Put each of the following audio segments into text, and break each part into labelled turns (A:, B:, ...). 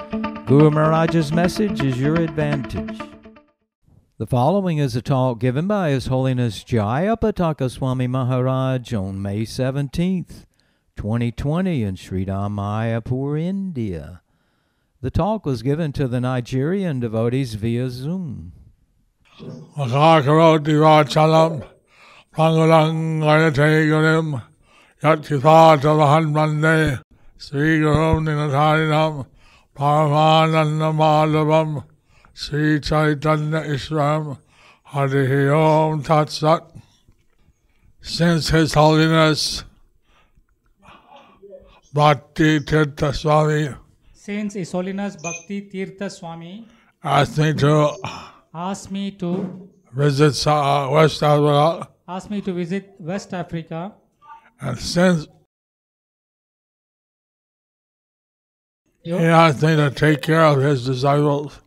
A: Guru Maharaj's message is your advantage. The following is a talk given by His Holiness Jayapataka Swami Maharaj on May 17th, 2020 in Sri Mayapur, India. The talk was given to the Nigerian devotees via Zoom.
B: असाकरोति वात्सलं प्राङ्गुलङ्गयथे गुरिं यत्थिताचलहन् वन्दे श्रीगुरुं निनधारिणं परमानन्दमाधवं श्रीचैतन्य ईश्वरं हरिः ओं तत्सत् Since His Holiness Bhakti Tirtha Swami
C: Since His Holiness Bhakti Tirtha Swami
B: asked me to
C: asked me to
B: visit Sa- West Africa,
C: asked me to visit West Africa,
B: and since
C: you-
B: He asked me to take care of his disciples.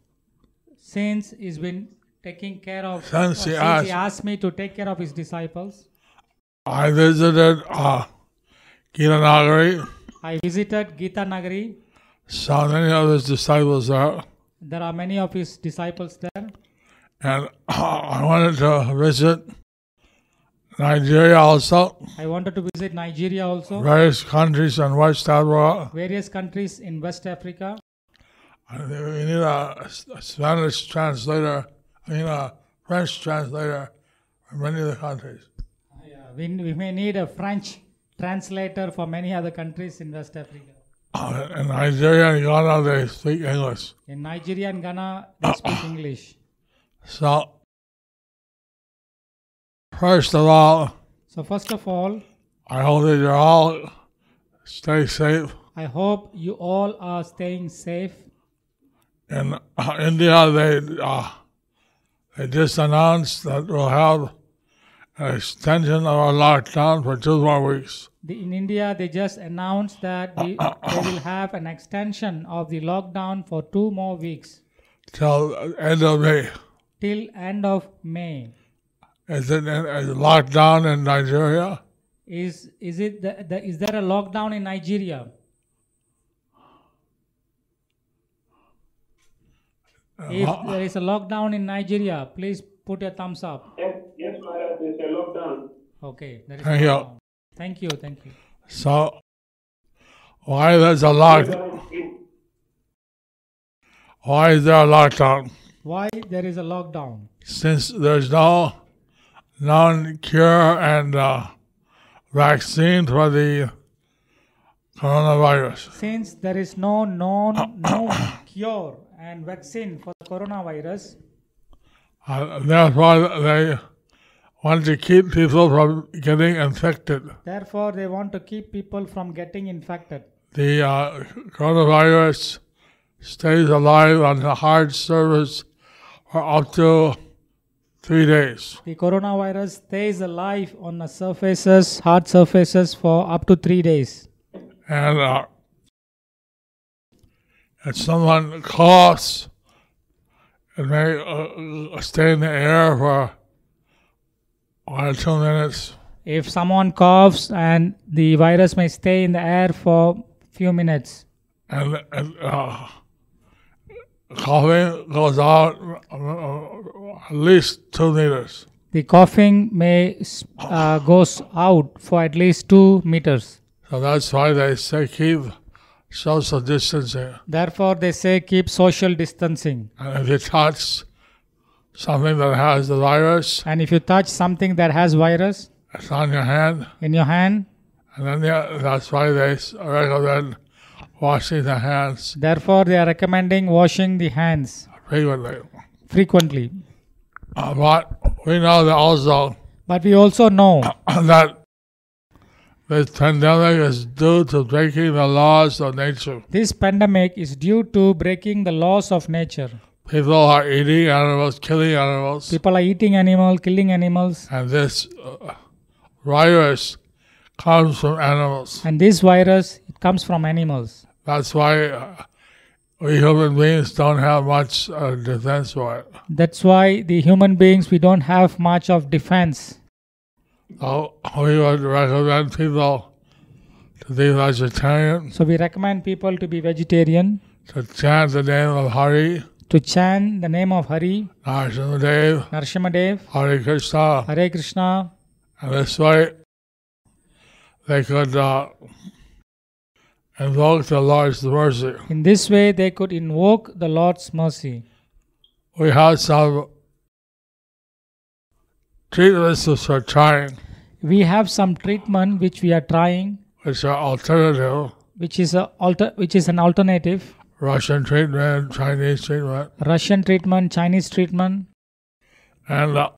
C: since he's been taking care of
B: Since he asked-
C: me to take care of his disciples,
B: I visited uh, Kiranagari,
C: I visited Gita Nagari.
B: saw many of his disciples there,
C: There are many of his disciples there.
B: and uh, I wanted to visit Nigeria also,
C: I wanted to visit Nigeria also,
B: various countries in West Africa.
C: various countries in West Africa.
B: I think We need a S- a Spanish translator, I mean a French translator from many of the countries.
C: We, we may need a French translator for many other countries in West Africa.
B: Uh, in Nigeria and Ghana, they speak English.
C: In Nigeria and Ghana, they speak English.
B: So, first of all,
C: So, first of all,
B: I hope that you all stay safe.
C: I hope you all are staying safe.
B: In uh, India, they uh, they just announced that we'll have an extension of our lockdown for two more weeks.
C: The, in India, they just announced that the, they will have an extension of the lockdown for two more weeks
B: till the end of May.
C: till end of May.
B: Is it is it locked down in Nigeria?
C: Is is it the, the, is there a lockdown in Nigeria? If there is a lockdown in Nigeria, please put your thumbs up.
D: Yes, yes, Maharaj, there's a lockdown.
C: Okay, there is a
B: Thank you.
C: lockdown. Thank you, thank you.
B: So, why there's a lockdown?
D: In-
B: Why is there a lockdown?
C: Why there is a lockdown?
B: Since there's no known cure and uh, vaccine for the coronavirus.
C: Since there is no known no cure and vaccine for the coronavirus,
B: Uh, therefore, they want to keep people from getting infected.
C: therefore they want to keep people from getting infected.
B: The uh, coronavirus stays alive on the hard surface for up to three days.
C: The coronavirus stays alive on the surfaces, hard surfaces for up to three days.
B: And uh, if someone coughs, it may uh, stay in the air for one or two minutes.
C: If someone coughs and the virus may stay in the air for few minutes
B: and, and uh, coughing goes out uh, uh, at least two meters.
C: the coughing may s- uh, goes out for at least 2 meters
B: So that's why they say keep social distancing.
C: therefore they say keep social distancing
B: And if you touch something that has the virus,
C: and if you touch something that has virus
B: it's on your hand.
C: in your hand
B: And then the, that's why they s- recommend washing the hands
C: therefore they are recommending washing the hands
B: frequently.
C: frequently
B: Uh, but we know that also
C: but we also know
B: that This pandemic is due to breaking the laws of nature.
C: This pandemic is due to breaking the laws of nature.
B: People are eating animals, killing animals,
C: People are eating animals, killing animals,
B: and this uh, virus comes from animals.
C: and this virus it comes from animals.
B: That's why uh, we human beings don't have much uh, defense for it.
C: That's why the human beings we don't have much of defense.
B: So we would recommend people to be vegetarian,
C: So we recommend people to be vegetarian,
B: to chant the name of Hari,
C: to chant the name of Hari,
B: Narsimhadev,
C: Narsimadev,
B: Hare Krishna.
C: Hare Krishna.
B: And this way, they could uh, invoke the Lord's mercy.
C: In this way, they could invoke the Lord's mercy.
B: We have some treatments which are trying,
C: We have some treatment which we are trying,
B: which are alternative
C: which is a alter, which is an alternative
B: Russian treatment, Chinese treatment,
C: Russian treatment, Chinese treatment,
B: and uh,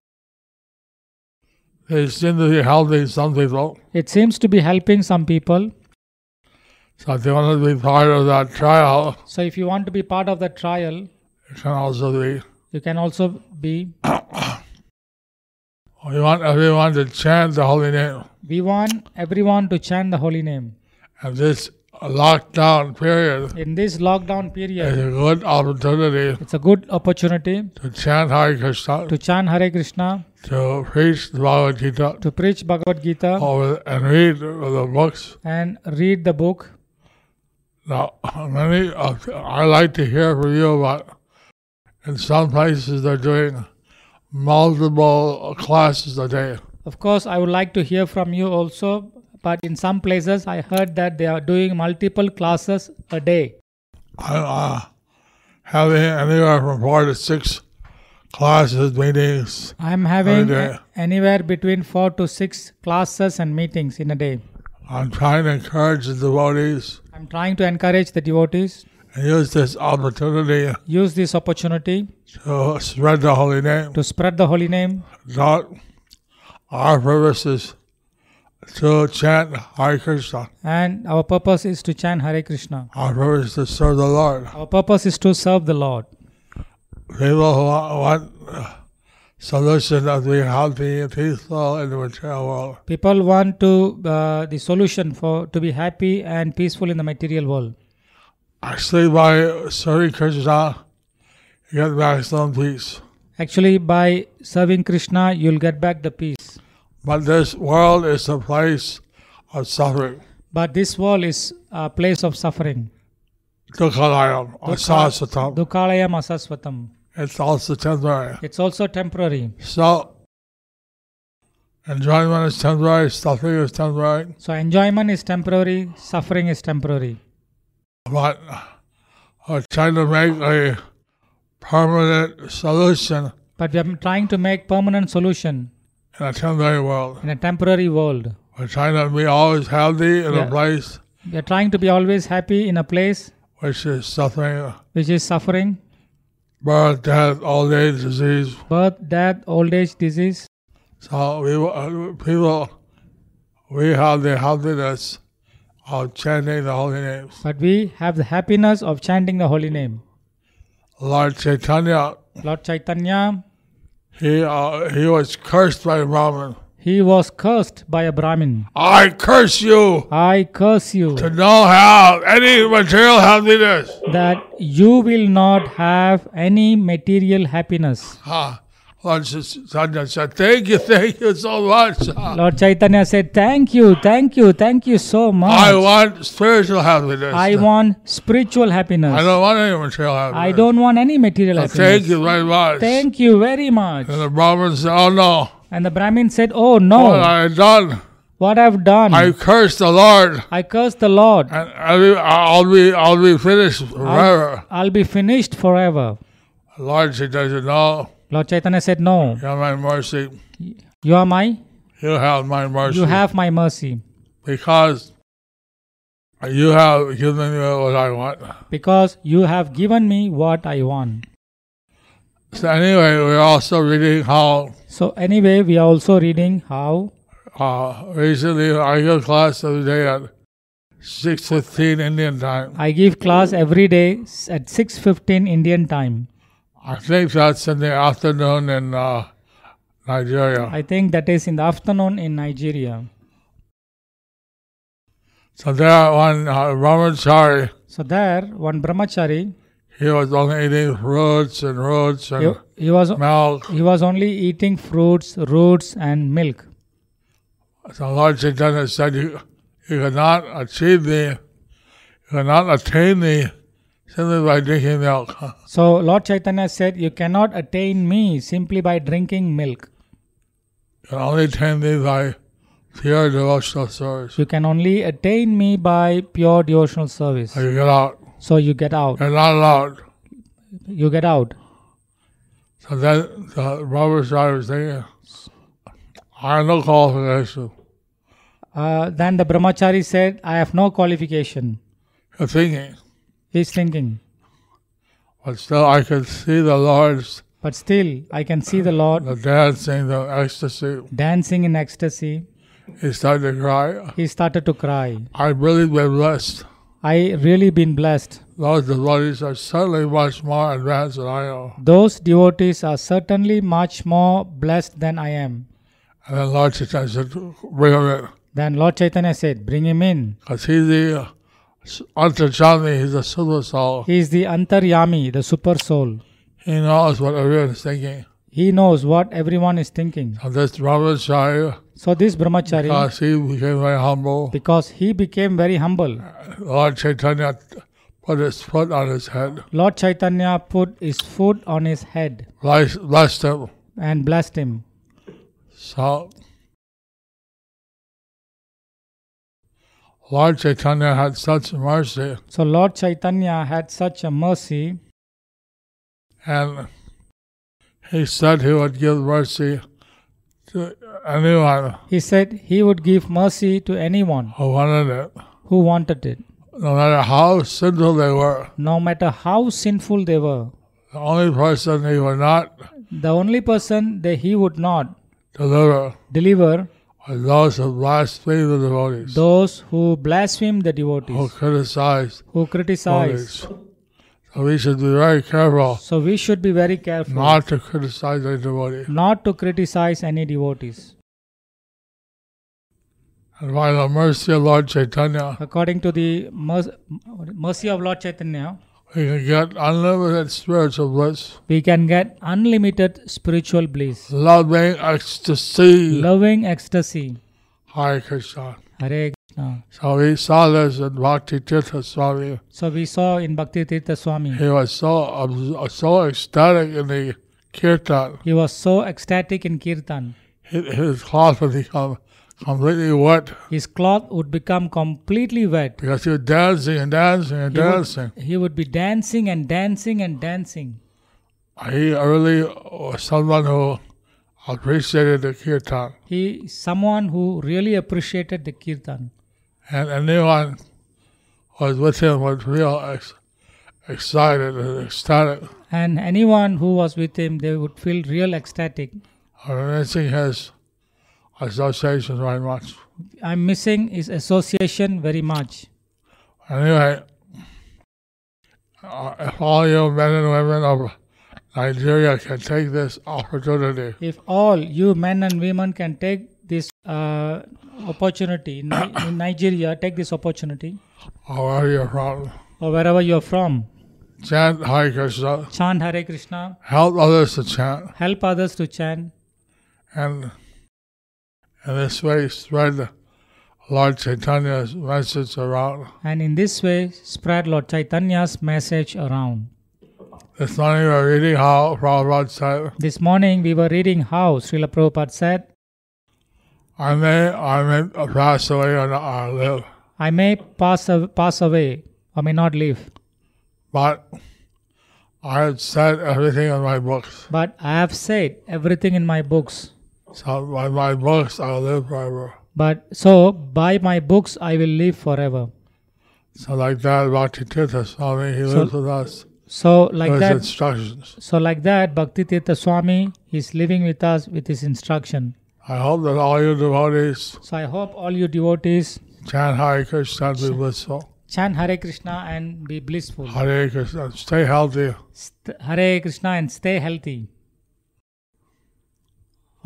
B: they seem to be helping some people.
C: It seems to be helping some people.
B: So if you want to be part of that trial,
C: So if you want to be part of the trial,
B: it can also be.
C: you can also be.
B: We want everyone to chant the holy name.
C: We want everyone to chant the holy name.
B: And this lockdown period
C: In this lockdown
B: is
C: period,
B: a good opportunity
C: it's a good opportunity
B: to chant Hare Krishna,
C: to chant Hare Krishna,
B: to preach the Bhagavad Gita,
C: to preach Bhagavad Gita,
B: over, and read the books.
C: and read the book.
B: Now, many of, I like to hear from you about in some places they're doing multiple classes a day.
C: Of course, I would like to hear from you also, but in some places I heard that they are doing multiple classes a day.
B: I'm uh, having anywhere from four to six classes, meetings,
C: I'm having
B: day.
C: a- anywhere between four to six classes and meetings in a day.
B: I'm trying to encourage the devotees
C: I'm trying to encourage the devotees
B: and use this opportunity
C: use this opportunity
B: to spread the holy name.
C: to spread the holy name.
B: Not our purpose is to chant Hare Krishna.
C: And our purpose is to chant Hare Krishna.
B: Our purpose is to serve the Lord.
C: Our purpose is to serve the Lord.
B: People who want, want solution of being healthy and peaceful in the material world.
C: People want to uh, the solution for to be happy and peaceful in the material world.
B: Actually, by serving Krishna, you get maximum peace.
C: Actually, by serving Krishna, you'll get back the peace.
B: But this world is a place of suffering.
C: But this world is a place of suffering.
B: Dukhalayam, or Sasatam.
C: Dukkalayam asasvatam.
B: It's also temporary.
C: It's also temporary.
B: So, enjoyment is temporary, suffering is temporary,
C: So enjoyment is temporary, suffering is temporary.
B: but we're trying to make a permanent solution
C: But we are trying to make permanent solution
B: in a temporary world.
C: in a temporary world.
B: We're trying to be always healthy in
C: Yeah.
B: a place
C: We are trying to be always happy in a place
B: which is suffering
C: which is suffering
B: birth, death, old age, disease.
C: birth, death, old age, disease.
B: So we uh, people, we have the healthiness of chanting the holy names.
C: But we have the happiness of chanting the holy name.
B: Lord Chaitanya,
C: Lord Chaitanya,
B: he uh, he was cursed by Brahman.
C: he was cursed by a Brahmin.
B: I curse you
C: I curse you
B: to not have any material happiness.
C: that you will not have any material happiness.
B: Ah, Lord Chaitanya said, thank you, thank you so much. Ah,
C: Lord Chaitanya said, Thank you, thank you, thank you so much.
B: I want spiritual happiness.
C: I want spiritual
B: I
C: happiness.
B: don't want any material happiness.
C: I don't want any
B: So
C: material
B: thank
C: happiness.
B: you very much.
C: Thank you very much.
B: and the Brahmin said, oh no,
C: And the Brahmin said, Oh
B: what
C: no, Hmm.
B: I done?
C: what I've done.
B: I cursed the Lord.
C: I curse the Lord.
B: And I'll be, I'll be, I'll be finished forever.
C: I'll be finished forever.
B: Lord Chaitanya said, no,
C: Lord Chaitanya said, No,
B: you have my mercy.
C: you are my,
B: You have my mercy.
C: you have my mercy.
B: because you have given me what I want.
C: Because you have given me what I want.
B: So anyway, we're also reading how
C: So, anyway, we are also reading how
B: Uh, we used to leave our yoga class every day at 6.15 Indian time.
C: I give class every day s- at 6:15 Indian time.
B: I think that's in the afternoon in uh, Nigeria.
C: I think that is in the afternoon in Nigeria.
B: so there one uh, Ramachari,
C: So there, one brahmachari,
B: he was only eating fruits and roots and
C: he, he was
B: milk.
C: he was only eating fruits, roots, and milk.
B: So Lord Chaitanya said, you, you cannot achieve the, you cannot attain the simply by drinking milk.
C: So Lord Chaitanya said, "You cannot attain me simply by drinking milk.
B: You can only attain the by pure devotional service.
C: You can only attain me by pure devotional service."
B: So you get out.
C: So you get out.
B: You're not allowed.
C: You get out.
B: So then the Ramachari was thinking, I have no qualification.
C: Uh, then the brahmachari said, "I have no qualification."
B: You're thinking.
C: He's thinking,
B: But still, I could see the Lord's
C: but still, I can see the Lord
B: the dancing, the ecstasy.
C: dancing in ecstasy.
B: He started to cry.
C: He started to cry.
B: I've really been blessed.
C: I really been blessed.
B: Those devotees are certainly much more advanced than I am.
C: Those devotees are certainly much more blessed than I am.
B: And then Lord Chaitanya said, bring him in.
C: Then Lord Chaitanya said, Bring him in.
B: Because he's the uh, Antarjami, he's a super soul.
C: He is the Antaryami, the super soul.
B: He knows what everyone is thinking.
C: He knows what everyone is thinking.
B: And this Ramachari,
C: So this brahmachari,
B: because he became very humble,
C: because he became very humble,
B: Lord Chaitanya put his foot on his head,
C: Lord Chaitanya put his foot on his head
B: bless- blessed him.
C: and blessed him.
B: So, Lord Chaitanya had such mercy,
C: So Lord Chaitanya had such a mercy
B: and he said he would give mercy to anyone
C: He said he would give mercy to anyone
B: who wanted it,
C: who wanted it,
B: no matter how sinful they were.
C: no matter how sinful they were.
B: The only person he would not
C: The only person that he would not
B: deliver
C: deliver
B: was those who blasphemed the devotees,
C: those who blaspheme the
B: who
C: devotees,
B: criticized
C: who criticize.
B: devotees. So we should be very careful
C: So we should be very careful
B: not to criticize the devotee.
C: not to criticize any devotees.
B: And by the mercy of Lord Chaitanya,
C: According to the mer- mercy of Lord Chaitanya,
B: we can get unlimited spiritual bliss,
C: we can get unlimited spiritual bliss,
B: loving ecstasy.
C: loving ecstasy.
B: Hare Krishna.
C: Hare Krishna.
B: So we saw this in Bhakti Tirtha Swami.
C: So we saw in Bhakti Tirtha Swami.
B: He was so abs- so ecstatic in the kirtan.
C: He was so ecstatic in Kirtan.
B: His his cloth would become completely wet
C: His cloth would become completely wet.
B: because he was dancing and dancing and
C: He would-
B: dancing.
C: He would be dancing and dancing and dancing.
B: He really was someone who appreciated the kirtan.
C: He is someone who really appreciated the Kirtan.
B: and anyone who was with him was real ex- excited and ecstatic,
C: And anyone who was with him, they would feel real ecstatic.
B: I'm missing his association very much.
C: I'm missing his association very much.
B: Anyway, uh, if all you men and women of Nigeria can take this opportunity,
C: If all you men and women can take this uh, opportunity in, Ni- in Nigeria, take this opportunity,
B: or wherever you're from,
C: or wherever you're from,
B: chant Hare Krishna,
C: chant Hare Krishna,
B: help others to chant,
C: help others to chant.
B: and in this way spread Lord Chaitanya's message around.
C: and in this way spread Lord Chaitanya's message around.
B: This morning we are reading how Prabhupada said,
C: This morning we were reading how Srila Prabhupada said,
B: I may, I may pass away or not I live,
C: I may pass, av- pass away or may not live,
B: but I have said everything in my books.
C: but I have said everything in my books.
B: So by my books I will live forever.
C: But so by my books I will live forever.
B: So like that, Bhakti Tirtha Swami, he lives with us,
C: So like
B: with his
C: that,
B: instructions.
C: so like that, Bhakti Tirtha Swami is living with us with his instruction.
B: I hope that all you devotees
C: So I hope all you devotees
B: chant Hare Krishna and be blissful.
C: chant Hare Krishna and be blissful.
B: Hare Krishna, stay healthy.
C: St- Hare Krishna and stay healthy.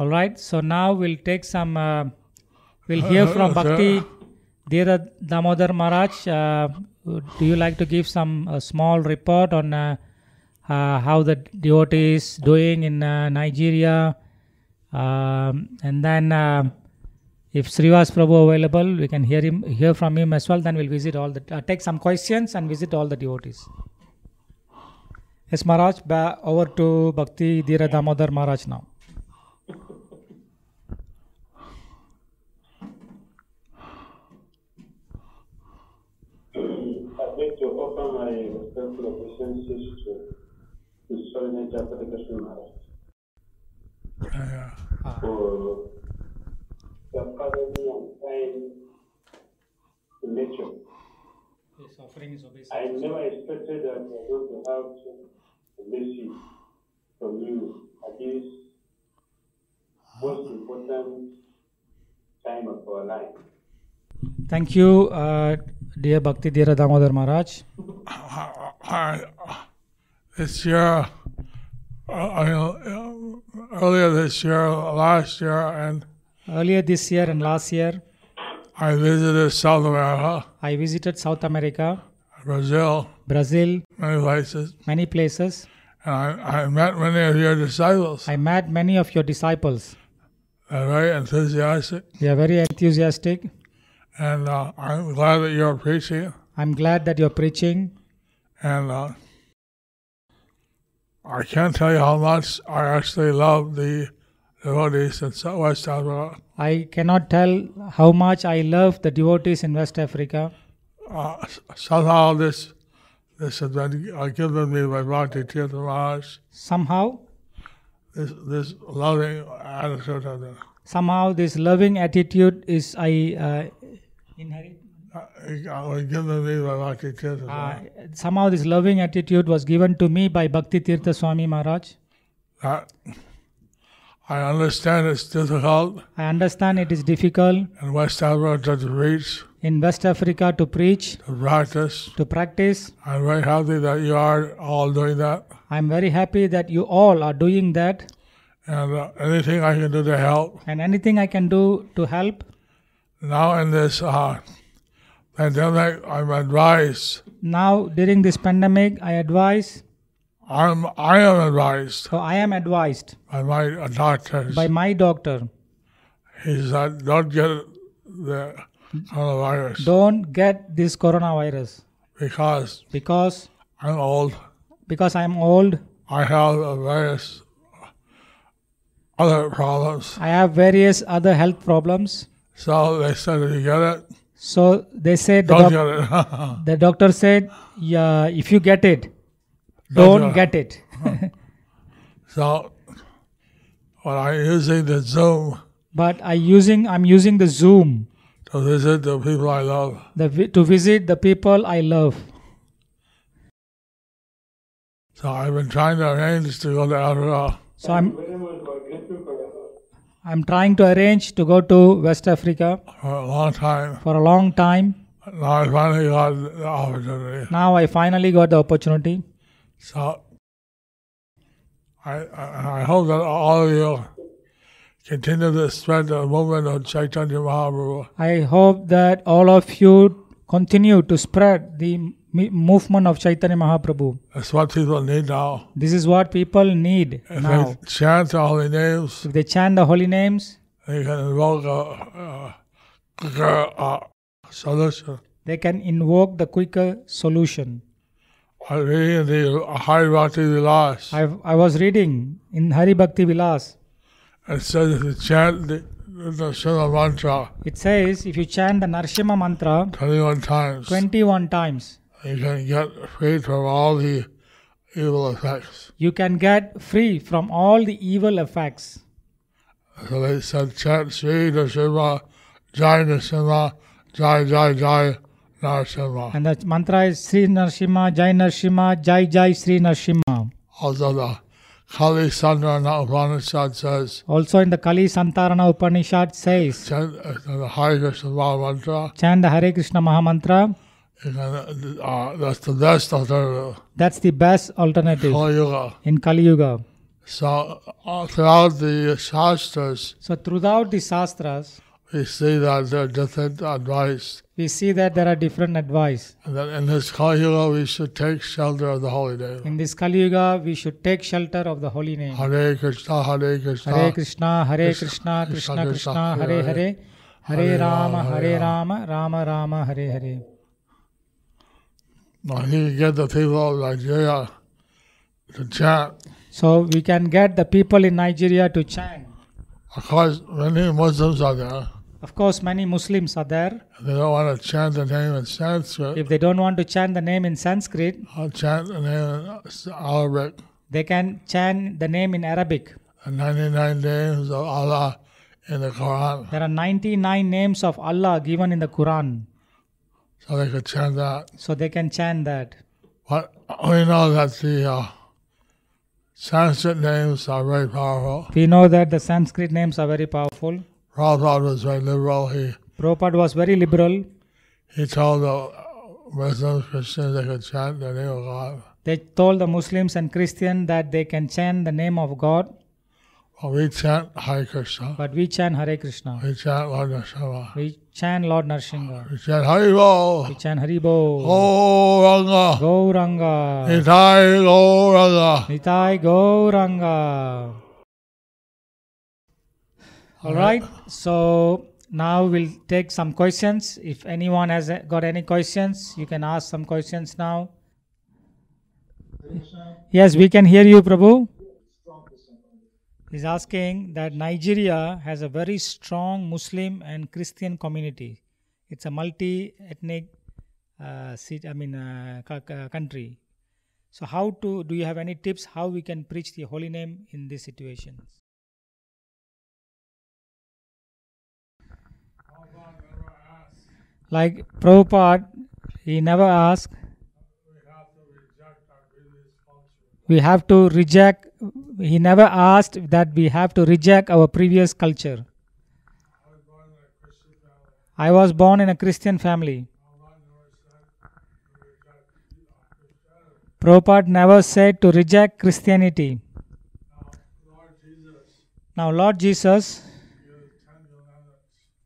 C: All right, so now we'll take some, uh, we'll hear from
B: Uh,
C: Bhakti
B: sir.
C: Dira Damodar Maharaj. Uh, do you like to give some uh, small report on uh, uh, how the devotee is doing in uh, Nigeria? Um, and then, uh, if Srivas Prabhu available, we can hear him, hear from him as well. Then we'll visit all the, uh, take some questions and visit all the devotees. Yes, Maharaj, ba- over to Bhakti Dira Damodar Maharaj now.
D: I'd like to offer my respectful obeisances to His Holiness Japa Krishna Maharaj for the covering and kind nature.
C: This offering is obeyed.
D: I never expected that we are going to have mercy from you at this most important time of our life.
C: Thank you, uh, dear Bhakti Dira Damodar Maharaj.
B: I, this year, uh, I, know, uh, earlier this year, last year, and
C: Earlier this year and last year,
B: I visited South America,
C: I visited South America,
B: Brazil,
C: Brazil,
B: many places,
C: many places.
B: and I, I met many of your disciples.
C: I met many of your disciples.
B: They're very enthusiastic,
C: They are very enthusiastic.
B: and uh, I'm glad that you're preaching.
C: I'm glad that you're preaching.
B: And uh, I can't tell you how much I actually love the devotees in South West Africa.
C: I cannot tell how much I love the devotees in West Africa.
B: Uh, s- somehow this this has been uh, given me by Bhakti Tirtha Maharaj,
C: Somehow,
B: this, this loving attitude of the,
C: somehow this loving attitude is I uh, inherit.
B: uh, it was given me by Bhakti Tirtha
C: Uh,
B: Maharaj.
C: somehow this loving attitude was given to me by Bhakti Tirtha Swami Maharaj.
B: That I understand it's difficult
C: I understand it is difficult
B: in West Africa to reach,
C: in West Africa to preach,
B: to practice.
C: to practice.
B: I'm very happy that you are all doing that.
C: I'm very happy that you all are doing that.
B: and uh, anything I can do to help.
C: And anything I can do to help.
B: Now in this uh, pandemic, I'm advised.
C: Now, during this pandemic, I advise,
B: I'm I am advised
C: so I am advised
B: by my uh, doctors.
C: by my doctor
B: he said, don't get the coronavirus
C: don't get this coronavirus
B: because
C: because
B: I'm old.
C: because i'm old
B: I have uh, various other problems.
C: i have various other health problems
B: So they said, if you get it,
C: so they said the,
B: don't
C: doc-
B: get it.
C: the doctor said yeah if you get it
B: Don't
C: don't,
B: get
C: get it
B: so when I'm using the Zoom
C: but i using i'm using the zoom
B: to visit the people I love,
C: the, vi- to visit the people i love
B: So I've been trying to arrange to go to Africa.
C: so i'm
D: Very much we're grateful for your help.
C: i'm trying to arrange to go to west africa
B: for a long time.
C: for a long time
B: Now I finally got the opportunity.
C: now i finally got the opportunity
B: So I, I, I hope that all of you continue to spread the movement of Chaitanya Mahaprabhu.
C: I hope that all of you continue to spread the m- movement of Chaitanya Mahaprabhu.
B: That's what people need now.
C: This is what people need
B: If
C: now.
B: they chant all the names,
C: If they chant the holy names,
B: they can invoke a, a, a, a solution.
C: they can invoke the quicker solution.
B: I read the Hari Bhakti Vilas.
C: I, I was reading in Hari Bhakti Vilas,
B: It says if you chant the, the Shiva mantra
C: it says if you chant the Narsimha mantra
B: 21 times,
C: 21 times,
B: you can get freed from all the evil effects.
C: you can get free from all the evil effects.
B: So they said, chant Sri Narasimha, Jai Narasimha, Jai Jai Jai Narasimha.
C: And the mantra is Sri Narsimha, Jai Narsimha, Jai Jai Sri Narsimha.
B: Although the Kali Sandarana Upanishad says,
C: Also in the Kali Santarana Upanishad says,
B: chant uh, the Hare Krishna Maha Mantra,
C: chant the Hare Krishna Mahamantra.
B: and, uh, uh, that's the best alternative.
C: That's the best alternative
B: Kali Yuga.
C: in Kali Yuga.
B: So uh, throughout the Shastras,
C: So throughout the Shastras,
B: we see that there are different advice.
C: we see that there are different advice.
B: And that in this Kali Yuga, we should take shelter of the Holy Name.
C: In this Kali Yuga, we should take shelter of the holy name.
B: Hare Krishna, Hare Krishna.
C: Hare Krishna, Hare
B: Krishna,
C: Krishna,
B: Krishna
C: Krishna
B: Krishna,
C: Krishna, Hare
B: Hare
C: Hare, Hare
B: Hare
C: Rama,
B: Rama,
C: Hare
B: Hare
C: Rama, Rama Rama, Hare Hare.
B: Now, you can get the people of Nigeria to chant.
C: So we can get the people in Nigeria to chant.
B: Of course, many Muslims are there.
C: Of course, many Muslims are there.
B: They don't want to chant the name in Sanskrit.
C: If they don't want to chant the name in Sanskrit,
B: I'll chant the name in Arabic.
C: they can chant the name in Arabic.
B: The 99 names of Allah in the Quran.
C: There are 99 names of Allah given in the Quran,
B: So they could chant that.
C: so they can chant that.
B: But we know that the uh, Sanskrit names are very powerful.
C: We know that the Sanskrit names are very powerful.
B: Prabhupada was very liberal. He,
C: Prabhupada was very liberal.
B: he told the Muslim Christians they could chant the name of God.
C: They told the Muslims and Christians that they can chant the name of God,
B: But we chant Hare Krishna.
C: but we chant Hare Krishna.
B: We chant Lord Narasimha.
C: We chant Lord Narsinga.
B: We chant Hari Bol.
C: We chant
B: Oh.
C: Haribo.
B: Gauranga.
C: Gauranga.
B: Nitai Gauranga.
C: Nitai Gauranga. All right. So now we'll take some questions. If anyone has uh, got any questions, you can ask some questions now. Yes, we can hear you, Prabhu. He's asking that Nigeria has a very strong Muslim and Christian community. It's a multi-ethnic, uh, cit- I mean, uh, co- co- country. So, how to do you have any tips how we can preach the holy name in these situations? Like Prabhupada, he never asked. We have to reject, he never asked that we have to reject our previous culture. I was born in a Christian family. Prabhupada never said to reject Christianity. Now, Lord Jesus,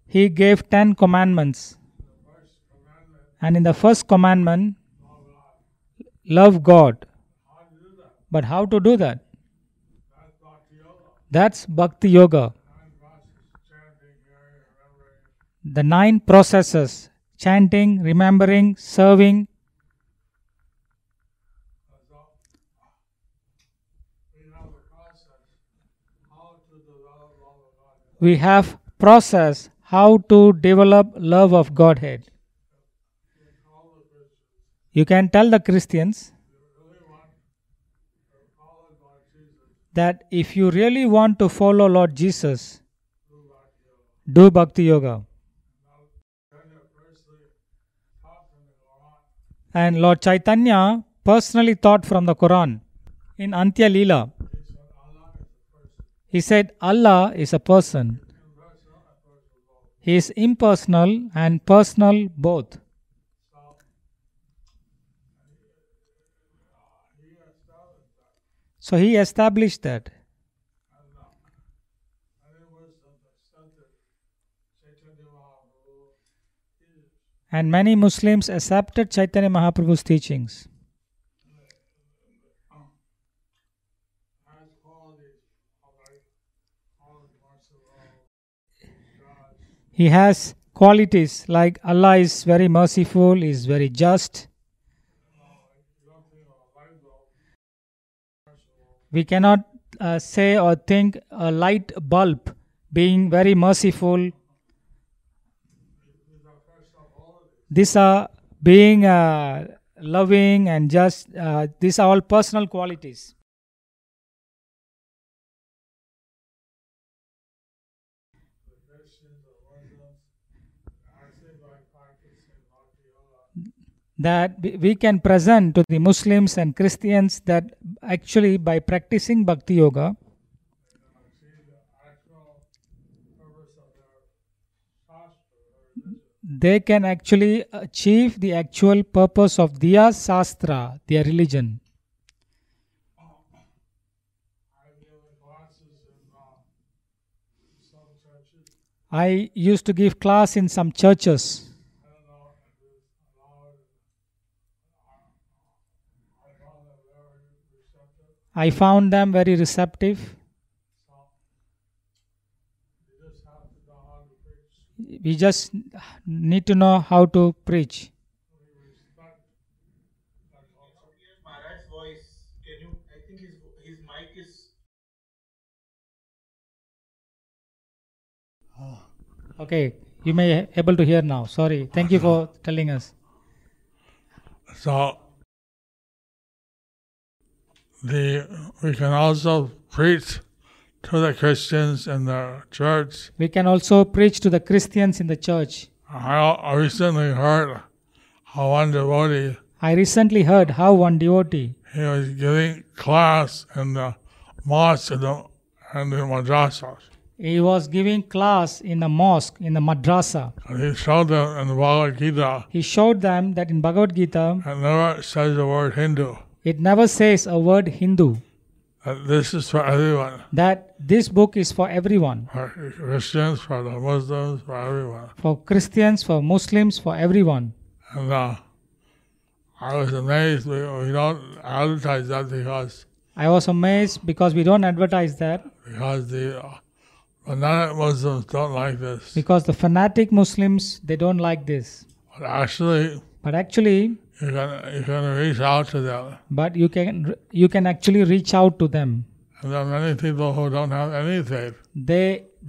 C: He gave ten commandments. And in the first commandment, love God. But how to do that? That's Bhakti Yoga. The nine processes chanting, remembering, serving, we have process how to develop love of godhead you can tell the christians that if you really want to follow lord jesus do bhakti yoga and lord chaitanya personally taught from the quran in antya leela he said Allah is a person. He is impersonal and personal both. So he established that. And many Muslims accepted Chaitanya Mahaprabhu's teachings. he has qualities like Allah is very merciful, is very just. We cannot uh, say or think a light bulb being very merciful. These are being uh, loving and just, uh, these are all personal qualities. that we- we can present to the Muslims and Christians that actually by practicing Bhakti Yoga, they can actually achieve the actual purpose of their Shastra, their religion. I used to give class in some churches. I found them very receptive. We just need to know how to preach.
E: Maharaj's voice. Can you? I think his his mic is.
C: Okay, you may able to hear now. Sorry. Thank you for telling us.
B: So the we can also preach to the Christians in the church.
C: We can also preach to the Christians in the church.
B: I al- recently heard how one devotee
C: I recently heard how one devotee
B: he was giving class in the mosque and the, and the madrasas.
C: he was giving class in a mosque in a madrasa.
B: And he showed them in the Bhagavad Gita
C: He showed them that in Bhagavad Gita
B: and never says the word Hindu.
C: it never says a word Hindu.
B: That Uh, this is for everyone.
C: That this book is for everyone,
B: For Christians, for the Muslims, for everyone.
C: for Christians, for Muslims, for everyone.
B: And uh, I was amazed. We, we don't advertise that because
C: I was amazed because we don't advertise that
B: because the uh, fanatic Muslims don't like this.
C: because the fanatic Muslims they don't like this.
B: But actually,
C: But actually,
B: you can you can reach out to them.
C: but you can you can actually reach out to them.
B: And there are many people who don't have any faith,
C: They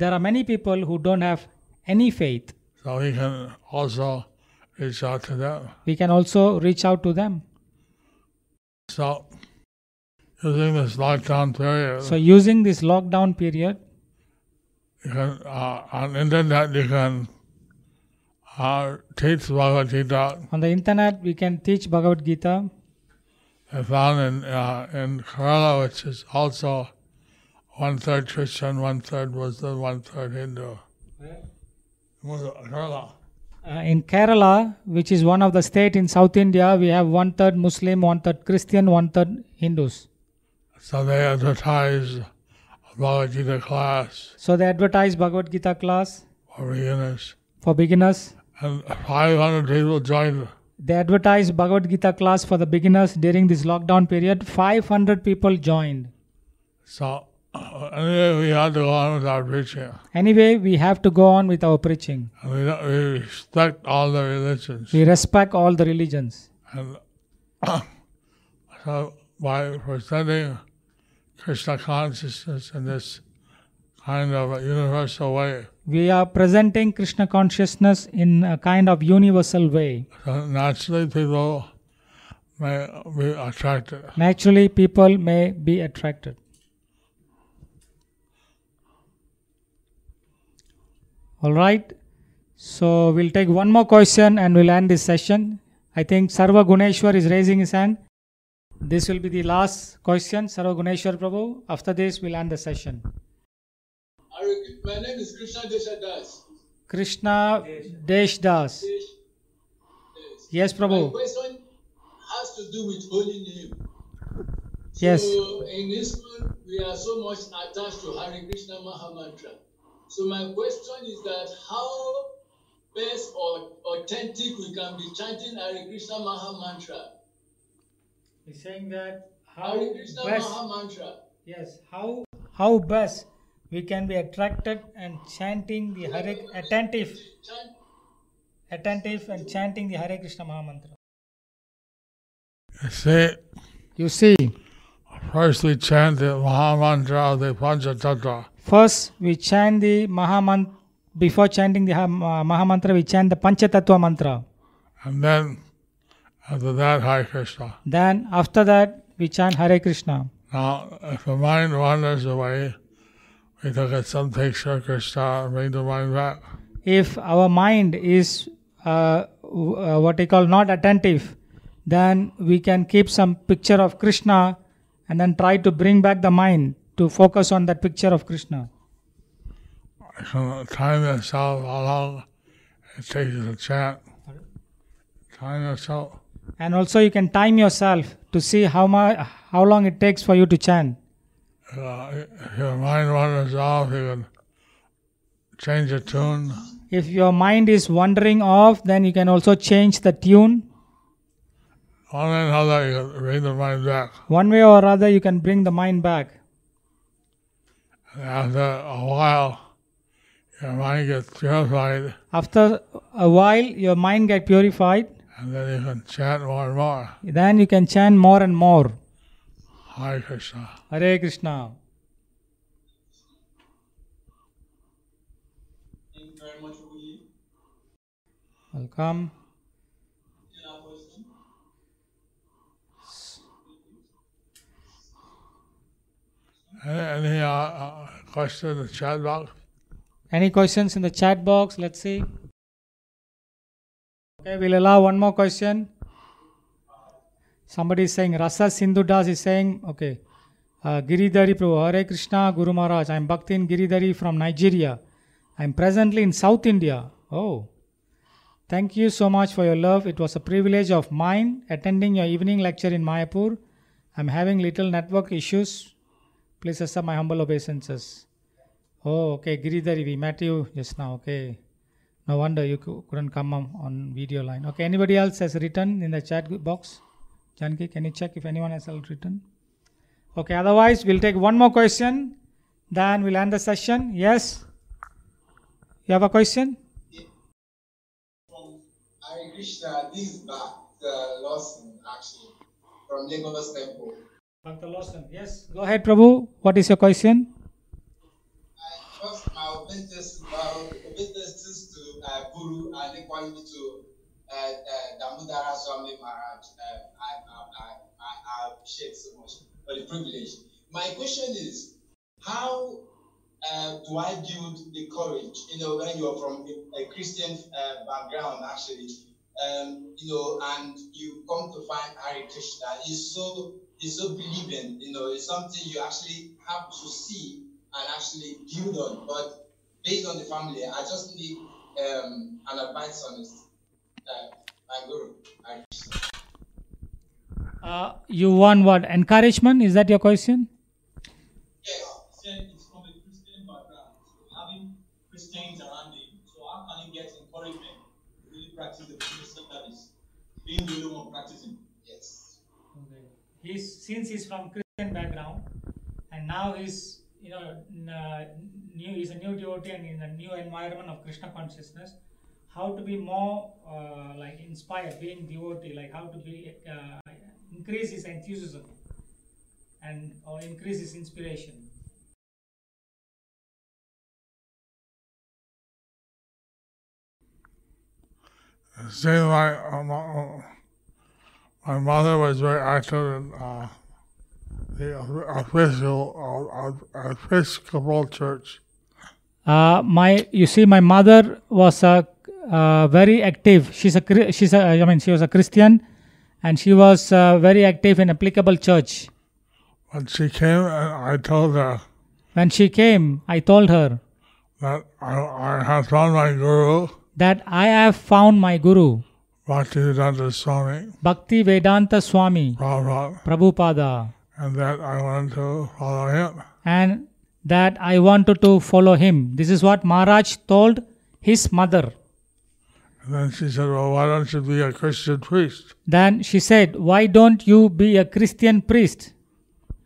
C: there are many people who don't have any faith.
B: so we can also reach out to them.
C: We can also reach out to them.
B: So using this lockdown period,
C: So using this lockdown period,
B: you can uh, on internet you can uh, teach Bhagavad Gita.
C: on the internet we can teach Bhagavad Gita.
B: I found in uh, in Kerala, which is also one third Christian, one third Muslim, one third Hindu. Muslim, Kerala.
C: Uh, in Kerala, which is one of the state in South India, we have one third Muslim, one third Christian, one third Hindus.
B: So they advertise Bhagavad Gita class
C: So they advertise Bhagavad Gita class
B: for beginners,
C: for beginners.
B: and 500 people joined.
C: They advertise Bhagavad Gita class for the beginners during this lockdown period. 500 people joined.
B: So uh, anyway, we had to go on with our preaching,
C: Anyway, we have to go on with our preaching.
B: and we, don't- we respect all the religions,
C: We respect all the religions.
B: and uh, so by presenting Krishna consciousness in this kind of a universal way,
C: We are presenting Krishna consciousness in a kind of universal way.
B: so naturally people may be attracted.
C: Naturally, people may be attracted. All right. So we'll take one more question and we'll end this session. I think Sarva Guneshwar is raising his hand. This will be the last question, Sarva Guneshwar Prabhu. After this, we'll end the session.
E: Are you, my name is Krishna Deshadas.
C: Krishna Desh Das. Yes,
E: My
C: Prabhu.
E: question has to do with holy name.
C: Yes.
E: So in this one, we are so much attached to Hare Krishna Mahamantra. So my question is that how best or authentic we can be chanting Hare Krishna Mahamantra.
C: He's saying that
E: Hare Krishna Mahamantra.
C: Yes, how how best we can be attracted and chanting the Hare attentive
E: Chant
C: attentive and chanting the Hare Krishna Mahamantra.
B: You see,
C: You see,
B: first we chant the Mahamantra of the Panchatattva.
C: first we chant the Mahamantra before chanting the Ha- Ma- Mahamantra, we chant the Panchatattva mantra.
B: And then after that, Hare Krishna.
C: Then after that we chant Hare Krishna.
B: Now, if the mind wanders away, we look at some picture of Krishna and bring the mind back.
C: If our mind is uh, w- uh, what we call not attentive, then we can keep some picture of Krishna and then try to bring back the mind to focus on that picture of Krishna.
B: I can time yourself how long it takes you to chant. Time yourself.
C: And also, you can time yourself to see how, mu- how long it takes for you to chant.
B: Uh, if your mind wanders off, you can change the tune.
C: If your mind is wandering off, then you can also change the tune.
B: One way or another, you can bring the mind back.
C: One way or other, you can bring the mind back.
B: And after a while, your mind gets purified,
C: After a while, your mind get purified.
B: and then you can chant more and more.
C: Then you can chant more and more.
B: Hare Krishna.
C: Hare Krishna.
E: Thank you very much, Willie.
C: Welcome.
E: Yeah, question.
B: Any, any uh, uh, question in the chat box?
C: Any questions in the chat box? Let's see. Okay, we'll allow one more question. Somebody is saying, Rasa Sindhu Das is saying, okay, uh, Giridhari Prabhu, Hare Krishna Guru Maharaj, I'm Bhaktin Giridhari from Nigeria. I'm presently in South India. Oh, thank you so much for your love. It was a privilege of mine attending your evening lecture in Mayapur. I'm having little network issues. Please accept my humble obeisances. Oh, okay, Giridhari, we met you just now. Okay, no wonder you cou- couldn't come on, on video line. Okay, anybody else has written in the chat box? Janki, can you check if anyone has else written? Okay, otherwise we'll take one more question, then we'll end the session. Yes, you have a question?
E: from Hare Krishna, this is back the Lawson actually from Lagos Temple.
C: Dr. Lawson, yes. Go ahead, Prabhu. What is your question?
E: I trust my obeisances, my obeisances to uh, Guru and equally to uh, uh, Damodara Swami Maharaj. Uh, I, I, I, I, I appreciate so much for the privilege. My question is, how uh, do I build the courage? You know, when you're from a, a Christian uh, background, actually, um, you know, and you come to find Hare Krishna, is so is so believing. You know, it's something you actually have to see and actually build on. But based on the family, I just need um, an advice on this. Uh, my guru, Hare Krishna.
C: Uh, you want what? Encouragement? Is that your question?
E: Yes. Said it's from a Christian background, so having Christians around him. So how can he get encouragement to really practice the Christian service? Being the one practicing. Yes.
C: he's since he's from Christian background, and now he's you know n- uh, new. He's a new devotee and in a new environment of Krishna consciousness. How to be more uh, like inspired, being devotee, like how to be uh, increase his enthusiasm and or increase his inspiration.
B: It seems like uh, my, my mother was very active in uh, the official uh, Episcopal Church.
C: Uh, my you see my mother was a uh, very active she's a Chri- she's a i mean she was a christian and she was uh, very active in applicable church
B: When she came, and I told her
C: When she came, I told her
B: that I, I had found my guru,
C: that I have found my Guru,
B: Bhaktivedanta Swami
C: Bhakti Vedanta Swami
B: Prabhupada,
C: Prabhupada,
B: and that I wanted to follow him.
C: and that I wanted to follow him. This is what Maharaj told his mother.
B: And then she said, Well, why don't you be a Christian priest?
C: Then she said, Why don't you be a Christian priest?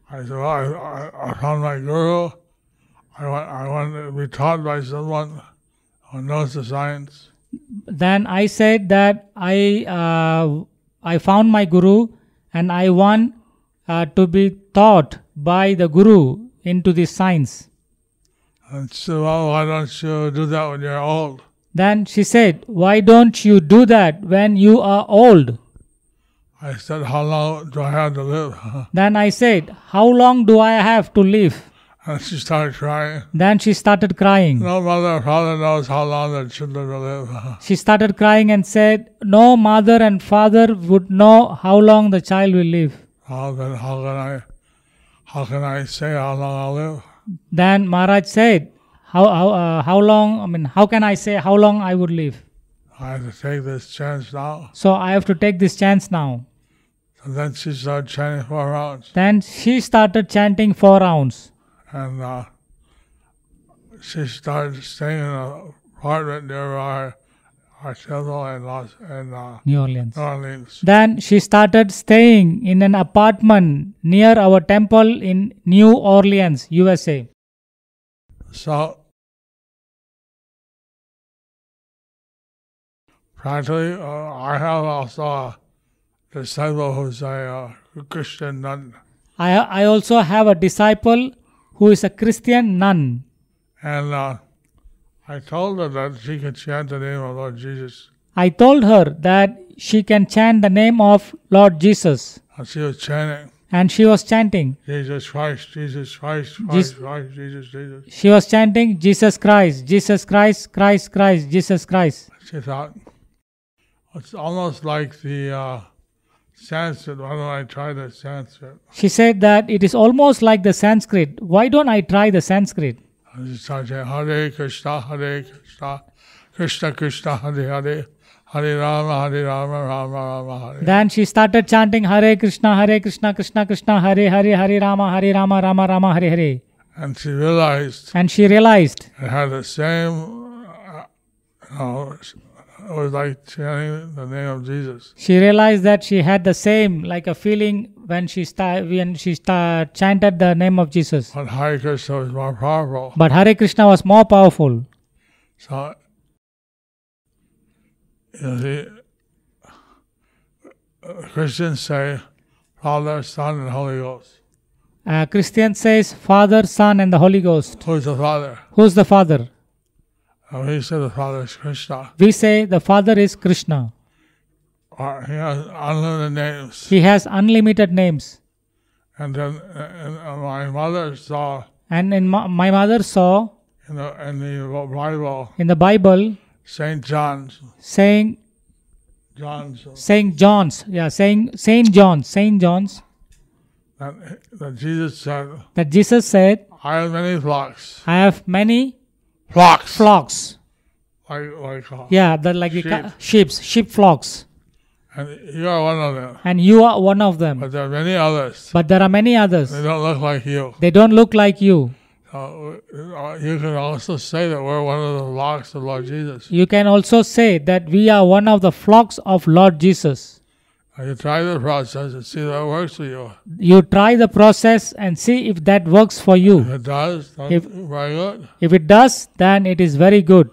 B: I said, well, I, I, I found my guru. I want, I want to be taught by someone who knows the science.
C: Then I said that I, uh, I found my Guru and I want uh, to be taught by the Guru into this science.
B: And she said, well, why don't you do that when you're old?
C: Then she said, Why don't you do that when you are old?
B: I said, how long do I have to live?
C: Then I said, How long do I have to live?
B: And she started crying.
C: Then she started crying.
B: No mother or father knows how long their children will live.
C: She started crying and said, No mother and father would know how long the child will live.
B: How can, how can I how can I say how long I'll live?
C: Then Maharaj said, how, how, uh, how long, I mean, how can I say how long I would live?
B: I have to take this chance now.
C: So I have to take this chance now.
B: And then she started chanting for rounds.
C: Then she started chanting four rounds.
B: And uh, she started staying in an apartment near our, our temple in, Los, in uh,
C: New Orleans.
B: New Orleans.
C: Then she started staying in an apartment near our temple in New Orleans, USA.
B: So practically, uh, I have also a disciple who's a uh, Christian nun,
C: I, I also have a disciple who is a Christian nun.
B: and uh, I told her that she could chant the name of Lord Jesus,
C: I told her that she can chant the name of Lord Jesus.
B: and she was chanting.
C: And she was chanting.
B: Jesus Christ, Jesus Christ, Christ,
C: Jesus-
B: Christ, Jesus, Jesus.
C: She was chanting Jesus Christ, Jesus Christ, Christ, Christ, Jesus Christ.
B: She thought it's almost like the uh, Sanskrit. Why don't I try the Sanskrit?
C: She said that it is almost like the Sanskrit. Why don't I try the Sanskrit?
B: And she started saying, Hare Krishna, Hare Krishna, Krishna Krishna, Hare Hare, Hare Rama, Hare Rama, Rama Rama, Hare.
C: Then she started chanting Hare Krishna, Hare Krishna, Krishna Krishna, Hare Hare, Hare Rama, Hare Rama, Rama Rama, Hare Hare.
B: And she realized
C: And she realized
B: it had the same, uh, you know, it was like chanting the name of Jesus.
C: she realized that she had the same like a feeling when she sta- when she sta- chanted the name of Jesus.
B: But Hare Krishna was more powerful.
C: But Hare Krishna was more powerful.
B: So, you see, Christians say Father, Son, and Holy Ghost.
C: Uh, Christian says Father, Son, and the Holy Ghost.
B: Who's the Father?
C: Who's the Father?
B: And we say the Father is Krishna.
C: We say the Father is Krishna.
B: Or he has unlimited names.
C: He has unlimited names.
B: And then and, and my mother saw
C: And in my, my mother saw
B: in the, in the Bible
C: in the Bible
B: Saint John's
C: saying
B: John's
C: Saint John's, yeah, saying Saint John's, Saint John's,
B: that, that Jesus said,
C: that Jesus said,
B: "I have many flocks,
C: "I have many
B: flocks,
C: flocks."
B: like like uh,
C: Yeah, that like the ca- sheep, sheep flocks,
B: and you are one of them,
C: and you are one of them.
B: but there are many others.
C: But there are many others.
B: They don't look like you."
C: They don't look like you.
B: Uh, you can also say that we're one of the flocks of Lord Jesus.
C: You can also say that we are one of the flocks of Lord Jesus.
B: And Uh, you try the process and see that it works for you.
C: You try the process and see if that works for
B: If
C: you.
B: it does, that's
C: If-
B: very good.
C: If it does, then it is very good.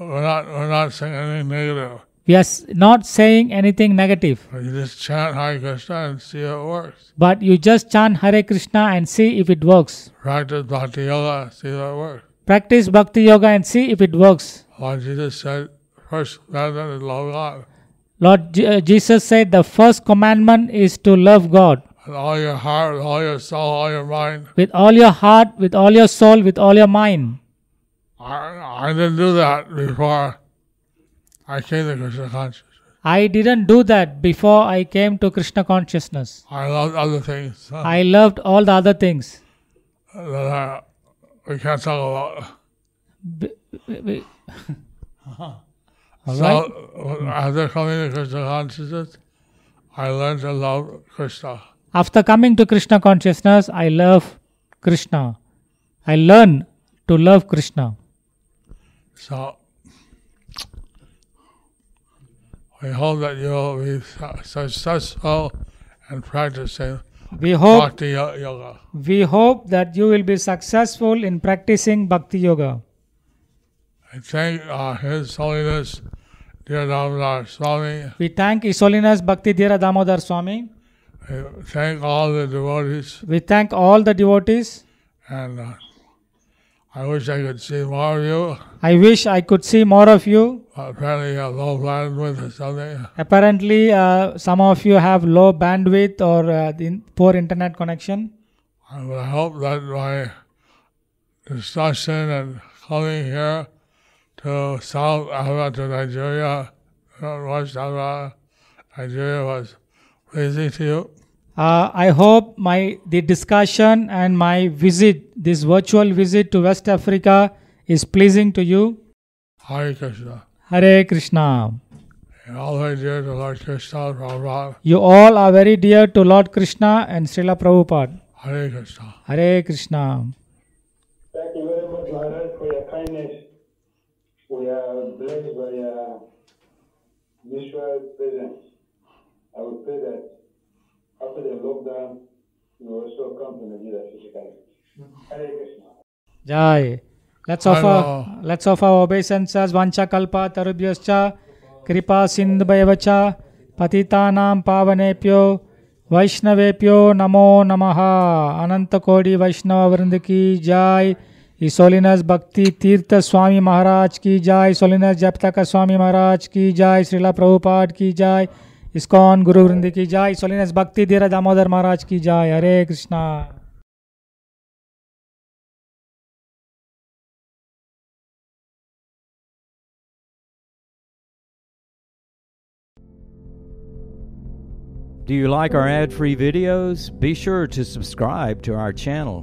B: We're not, we're not saying anything negative.
C: We are s- not saying anything negative,
B: But you just chant Hare Krishna and see how it works.
C: but you just chant Hare Krishna and see if it works.
B: Practice Bhakti Yoga and see how it works.
C: Practice Bhakti Yoga and see if it works.
B: Lord Jesus said, first commandment is love God
C: Lord Je- uh, Jesus said the first commandment is to love God
B: with all your heart, with all your soul, all your mind.
C: with all your heart, with all your soul, with all your mind.
B: I, I didn't do that before I came to Krishna consciousness.
C: I didn't do that before I came to Krishna consciousness.
B: I loved other things.
C: I loved all the other things.
B: that I, we can't talk about.
C: We- we-
B: so, after coming to Krishna consciousness, I learned to love Krishna.
C: After coming to Krishna consciousness, I love Krishna. I learn to love Krishna.
B: So, we hope that you will be su- successful in practicing
C: We hope
B: Bhakti Yo- Yoga.
C: we hope that you will be successful in practicing Bhakti Yoga.
B: I thank uh, His Holiness Dear Damodar Swami.
C: We thank His Holiness Bhakti Dhira Damodar Swami.
B: I thank all the devotees,
C: We thank all the devotees.
B: and uh, I wish I could see more of you.
C: I wish I could see more of you.
B: Apparently, a low bandwidth or something.
C: Apparently, uh, some of you have low bandwidth or uh, the in- poor internet connection.
B: I would hope that my discussion and coming here to South Africa, to Nigeria, uh, West Africa, Nigeria was pleasing to you.
C: Uh, I hope my the discussion and my visit, this virtual visit to West Africa, is pleasing to you.
B: Hare Krishna.
C: Hare Krishna.
B: And all the way dear to Lord Krishna, Prabhupada,
C: You all are very dear to Lord Krishna and Srila Prabhupada.
B: Hare Krishna.
C: Hare Krishna.
D: Thank you very much, Maharaj, for your kindness. We are blessed by your visual presence. I would pray that after the lockdown, you will also come to Nigeria physically. Hare Krishna.
C: Jai. Let's offer let's offer obeisances vancha kalpa tarubhyascha kripa sindhbayavacha patitanam pavanepyo vaishnavepyo namo namaha ananta kodi vaishnava vrind ki jai His Holiness Bhakti Tirtha Swami Maharaj ki jai His Holiness Japtaka Swami Maharaj ki jai Srila Prabhupada ki jai ISKCON Guru Vrind ki jai His Holiness Bhakti Dira Damodar Maharaj ki jai Hare Krishna
A: Do you like our ad free videos? Be sure to subscribe to our channel.